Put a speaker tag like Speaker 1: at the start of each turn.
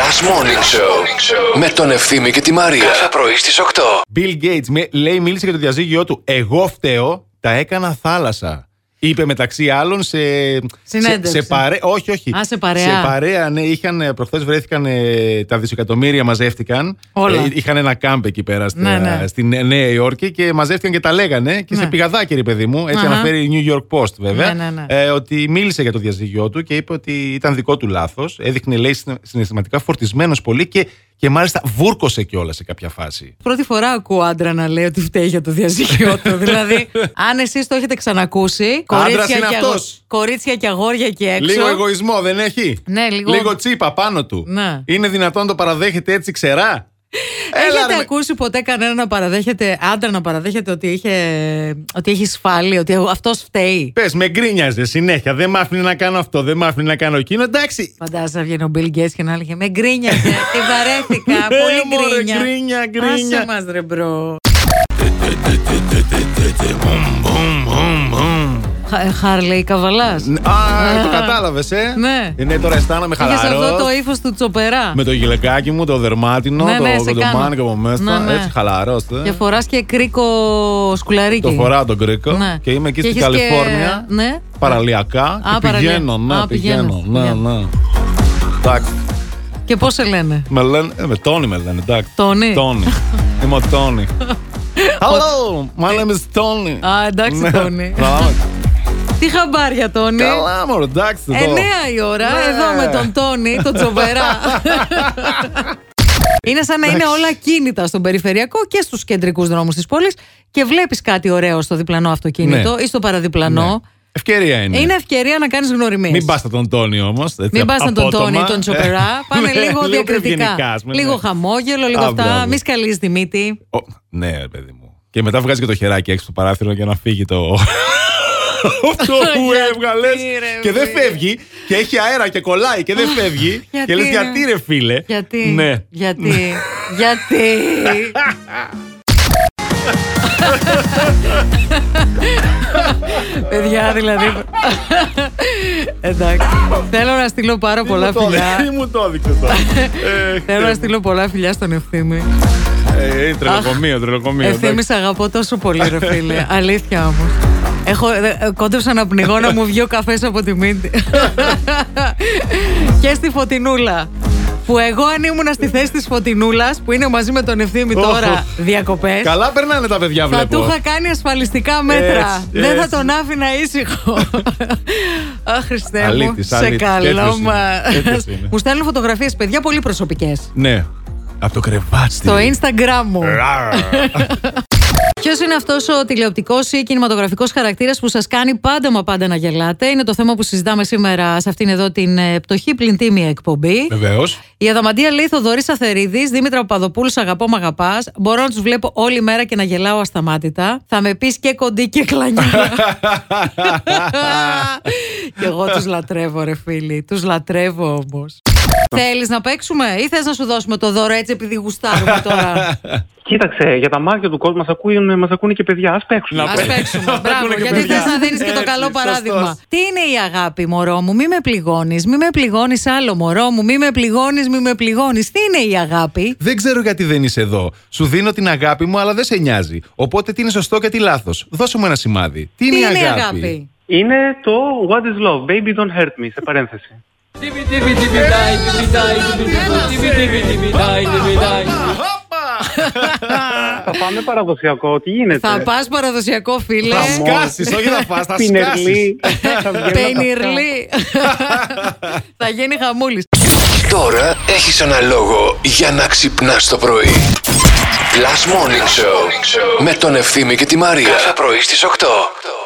Speaker 1: Last Morning Show με τον Ευθύμη και τη Μαρία. Κάθε πρωί στις 8.
Speaker 2: Bill Gates με- λέει, μίλησε για το διαζύγιο του. Εγώ φταίω, τα έκανα θάλασσα. Είπε μεταξύ άλλων σε.
Speaker 3: Συνέντευξη.
Speaker 2: Σε, σε παρέ... Όχι, όχι.
Speaker 3: Α, σε παρέα.
Speaker 2: Σε παρέα, ναι. Είχαν, προχθές βρέθηκαν ε, τα δισεκατομμύρια, μαζεύτηκαν. Ε,
Speaker 3: Όλα.
Speaker 2: είχαν ένα κάμπ εκεί πέρα στα-
Speaker 3: Ναι, ναι.
Speaker 2: στην Νέα Υόρκη και μαζεύτηκαν και τα λέγανε. Και σε πηγαδάκι, ρε παιδί μου. Έτσι
Speaker 3: Αχα.
Speaker 2: αναφέρει η New York Post, βέβαια.
Speaker 3: Ναι, ναι, ναι.
Speaker 2: Ε, ότι μίλησε για το διαζύγιο του και είπε ότι ήταν δικό του λάθος. Έδειχνε, λέει, συνε- συναισθηματικά φορτισμένος πολύ και, και μάλιστα βούρκωσε κιόλας σε κάποια φάση.
Speaker 3: Πρώτη φορά ακούω άντρα να λέει ότι φταίει για το διαζύγιο του. δηλαδή, αν εσείς το έχετε ξανακούσει. Κορίτσια
Speaker 2: είναι
Speaker 3: και,
Speaker 2: αυτός.
Speaker 3: κορίτσια και αγόρια και έξω.
Speaker 2: Λίγο εγωισμό δεν έχει.
Speaker 3: Ναι, λίγο-
Speaker 2: τσίπα πάνω του.
Speaker 3: Ναι.
Speaker 2: Είναι δυνατόν να το παραδέχεται έτσι ξερά.
Speaker 3: Έχετε
Speaker 2: ρε με-
Speaker 3: ακούσει ποτέ κανένα να παραδέχεται, άντρα να παραδέχεται ότι, είχε, ότι έχει σφάλει, ότι αυτός φταίει.
Speaker 2: Πες, με γκρίνιαζε συνέχεια. Δεν μ' άφηνε να κάνω αυτό, δεν μ' άφηνε να κάνω εκείνο. Εντάξει.
Speaker 3: Φαντάζεσαι να βγαίνει ο Bill Gates και να έλεγε Με γκρίνιασε, τη βαρέθηκα.
Speaker 2: Ε,
Speaker 3: πολύ
Speaker 2: μωρέ,
Speaker 3: γκρίνια.
Speaker 2: γκρίνια, γκρίνια.
Speaker 3: Άσε μας ρε μπρο. Χάρλεϊ Καβαλάς.
Speaker 2: Α, το κατάλαβες, ε.
Speaker 3: Ναι.
Speaker 2: Ε, ναι, τώρα αισθάνομαι
Speaker 3: Είχες αυτό το
Speaker 2: χαλαρό.
Speaker 3: ύφος του Τσοπερά.
Speaker 2: Με το γυλακάκι μου, το δερμάτινο,
Speaker 3: Ναι,
Speaker 2: το
Speaker 3: ναι, σε
Speaker 2: κοντομάνικο
Speaker 3: κάνω.
Speaker 2: από μέσα.
Speaker 3: Ναι, ναι.
Speaker 2: Έτσι χαλαρός.
Speaker 3: Και φοράς και κρίκο σκουλαρίκι.
Speaker 2: Το φοράω τον κρίκο
Speaker 3: Ναι.
Speaker 2: και είμαι εκεί
Speaker 3: Και
Speaker 2: στην
Speaker 3: έχεις και-
Speaker 2: Καλιφόρνια.
Speaker 3: ναι.
Speaker 2: Παραλιακά. και
Speaker 3: παραλία.
Speaker 2: πηγαίνω, ναι,
Speaker 3: Α,
Speaker 2: πηγαίνω.
Speaker 3: πηγαίνεις,
Speaker 2: Ναι,
Speaker 3: πηγαίνεις.
Speaker 2: ναι. Εντάξει.
Speaker 3: Και πώς σε λένε.
Speaker 2: Με λένε. Ε, με Τόνι με λένε, εντάξει.
Speaker 3: Τόνι.
Speaker 2: Τόνι. Είμαι ο Τόνι. Hello, my name is Tony.
Speaker 3: ε, Α, εντάξει,
Speaker 2: Ναι.
Speaker 3: Τόνι.
Speaker 2: Καλά,
Speaker 3: Τι χαμπάρια, Τόνι.
Speaker 2: Καλά, μωρέ, εντάξει. εδώ.
Speaker 3: 9 η ώρα,
Speaker 2: Ναι.
Speaker 3: εδώ με τον Τόνι, τον Τσοβερά. είναι σαν να είναι όλα κίνητα στον περιφερειακό και στους κεντρικούς δρόμους της πόλης και βλέπεις κάτι ωραίο στο διπλανό αυτοκίνητο
Speaker 2: Ναι.
Speaker 3: ή στο
Speaker 2: Ναι.
Speaker 3: παραδιπλανό. Ε,
Speaker 2: Ευκαιρία είναι.
Speaker 3: Είναι ευκαιρία να κάνεις γνωριμίες.
Speaker 2: Μην πας τον Τόνι όμως.
Speaker 3: Μην πας τον Τόνι, τον
Speaker 2: Ναι.
Speaker 3: Τσοπερά. Πάνε λίγο διακριτικά. Λίγο χαμόγελο, λίγο
Speaker 2: Α,
Speaker 3: αυτά.
Speaker 2: μπράβο.
Speaker 3: Μη σκαλίζει τη μύτη.
Speaker 2: Ναι, ρε παιδί μου. Και μετά βγάζει και το χεράκι έξω στο παράθυρο για να φύγει το. Αυτό που
Speaker 3: Γιατί,
Speaker 2: έβγαλες.
Speaker 3: ρε,
Speaker 2: Και δεν
Speaker 3: φίλε.
Speaker 2: φεύγει. Και έχει αέρα και κολλάει και δεν φεύγει. Και
Speaker 3: γιατί,
Speaker 2: λες
Speaker 3: ρε.
Speaker 2: γιατί ρε φίλε.
Speaker 3: Γιατί.
Speaker 2: Ναι.
Speaker 3: Γιατί. γιατί. Παιδιά, δηλαδή. Εντάξει. Θέλω να στείλω πάρα
Speaker 2: Τι μου
Speaker 3: πολλά
Speaker 2: το έδειξε, Τι
Speaker 3: φιλιά.
Speaker 2: μου το έδειξες τώρα. Ε,
Speaker 3: Θέλω να στείλω πολλά φιλιά στον Ευθύμη.
Speaker 2: Ε, ε, τρελοκομείο, τρελοκομείο.
Speaker 3: Ευθύμη,
Speaker 2: εντάξει.
Speaker 3: σε αγαπώ τόσο πολύ, ρε φίλε. Αλήθεια όμως. Έχω, ε, κόντεψα να πνιγώ να μου βγει ο καφές από τη μύτη. και στη φωτεινούλα. Που εγώ αν ήμουν στη θέση της φωτεινούλας που είναι μαζί με τον ευθύμη
Speaker 2: Οχ, οχ.
Speaker 3: τώρα διακοπές.
Speaker 2: Καλά περνάνε τα παιδιά,
Speaker 3: ε, Θα του
Speaker 2: βλέπω.
Speaker 3: είχα κάνει ασφαλιστικά μέτρα.
Speaker 2: Έτσι,
Speaker 3: Δεν θα
Speaker 2: έτσι.
Speaker 3: τον άφηνα ήσυχο. Α, Χριστέ μου,
Speaker 2: Αλήτης,
Speaker 3: σε
Speaker 2: αλήτης.
Speaker 3: καλό
Speaker 2: Τέτοιος
Speaker 3: μας.
Speaker 2: είναι, τέτοιος είναι.
Speaker 3: Μου στέλνουν φωτογραφίες, παιδιά, πολύ προσωπικές.
Speaker 2: Ναι. Από το κρεβάτι.
Speaker 3: Στο Instagram μου.
Speaker 2: Ρα.
Speaker 3: Ποιος είναι αυτός ο τηλεοπτικός ή κινηματογραφικός χαρακτήρας που σας κάνει πάντα μα πάντα να γελάτε. Είναι το θέμα που συζητάμε σήμερα σε αυτήν εδώ την ε, πτωχή πλυντήμια εκπομπή.
Speaker 2: Βεβαίως.
Speaker 3: Η Αδαμαντία λέει Θοδωρή Αθερίδη, Δήμητρα Παπαδοπούλου, σ' αγαπώ, μ' αγαπάς. Μπορώ να τους βλέπω όλη μέρα και να γελάω ασταμάτητα. Θα με πεις και κοντή και κλανιά. και εγώ τους λατρεύω, ρε φίλοι. Τους λατρεύω όμως. Θέλεις να παίξουμε ή θες να σου δώσουμε το δώρο έτσι επειδή γουστάρουμε τώρα.
Speaker 4: Κοίταξε, για τα μάτια του κόσμου μας ακούνε, μας ακούνε και παιδιά. Ας παίξουν.
Speaker 2: Να
Speaker 3: Ας
Speaker 2: παί-
Speaker 3: παίξουμε.
Speaker 2: Να
Speaker 3: Μπράβο,
Speaker 2: ακούνε και
Speaker 3: γιατί
Speaker 2: παιδιά.
Speaker 3: θες να δίνεις και το
Speaker 2: Έτσι,
Speaker 3: καλό
Speaker 2: σωστός.
Speaker 3: παράδειγμα. Τι είναι η αγάπη, μωρό μου, μη με πληγώνεις, μη με πληγώνεις άλλο, μωρό μου, μη με πληγώνεις, μη με πληγώνεις. Τι είναι η αγάπη.
Speaker 2: Δεν ξέρω γιατί δεν είσαι εδώ. Σου δίνω την αγάπη μου, αλλά δεν σε νοιάζει. Οπότε τι είναι σωστό και τι λάθος. Δώσε μου ένα σημάδι. Τι είναι,
Speaker 3: Τι
Speaker 2: η αγάπη.
Speaker 4: Είναι το What is love, baby don't hurt me, σε παρένθεση. θα πάμε παραδοσιακό, τι γίνεται.
Speaker 2: Ε.
Speaker 3: Θα πας παραδοσιακό, φίλε.
Speaker 2: Θα σκάσεις, όχι θα φας, θα σκάσεις.
Speaker 4: Πινερλί. θα βγαίνω
Speaker 3: Πενιρλή. Θα γίνει χαμούλης.
Speaker 1: Τώρα έχεις ένα λόγο για να ξυπνάς το πρωί. Last Morning Show με τον Ευθύμη και τη Μαρία. Κάθε πρωί στις 8.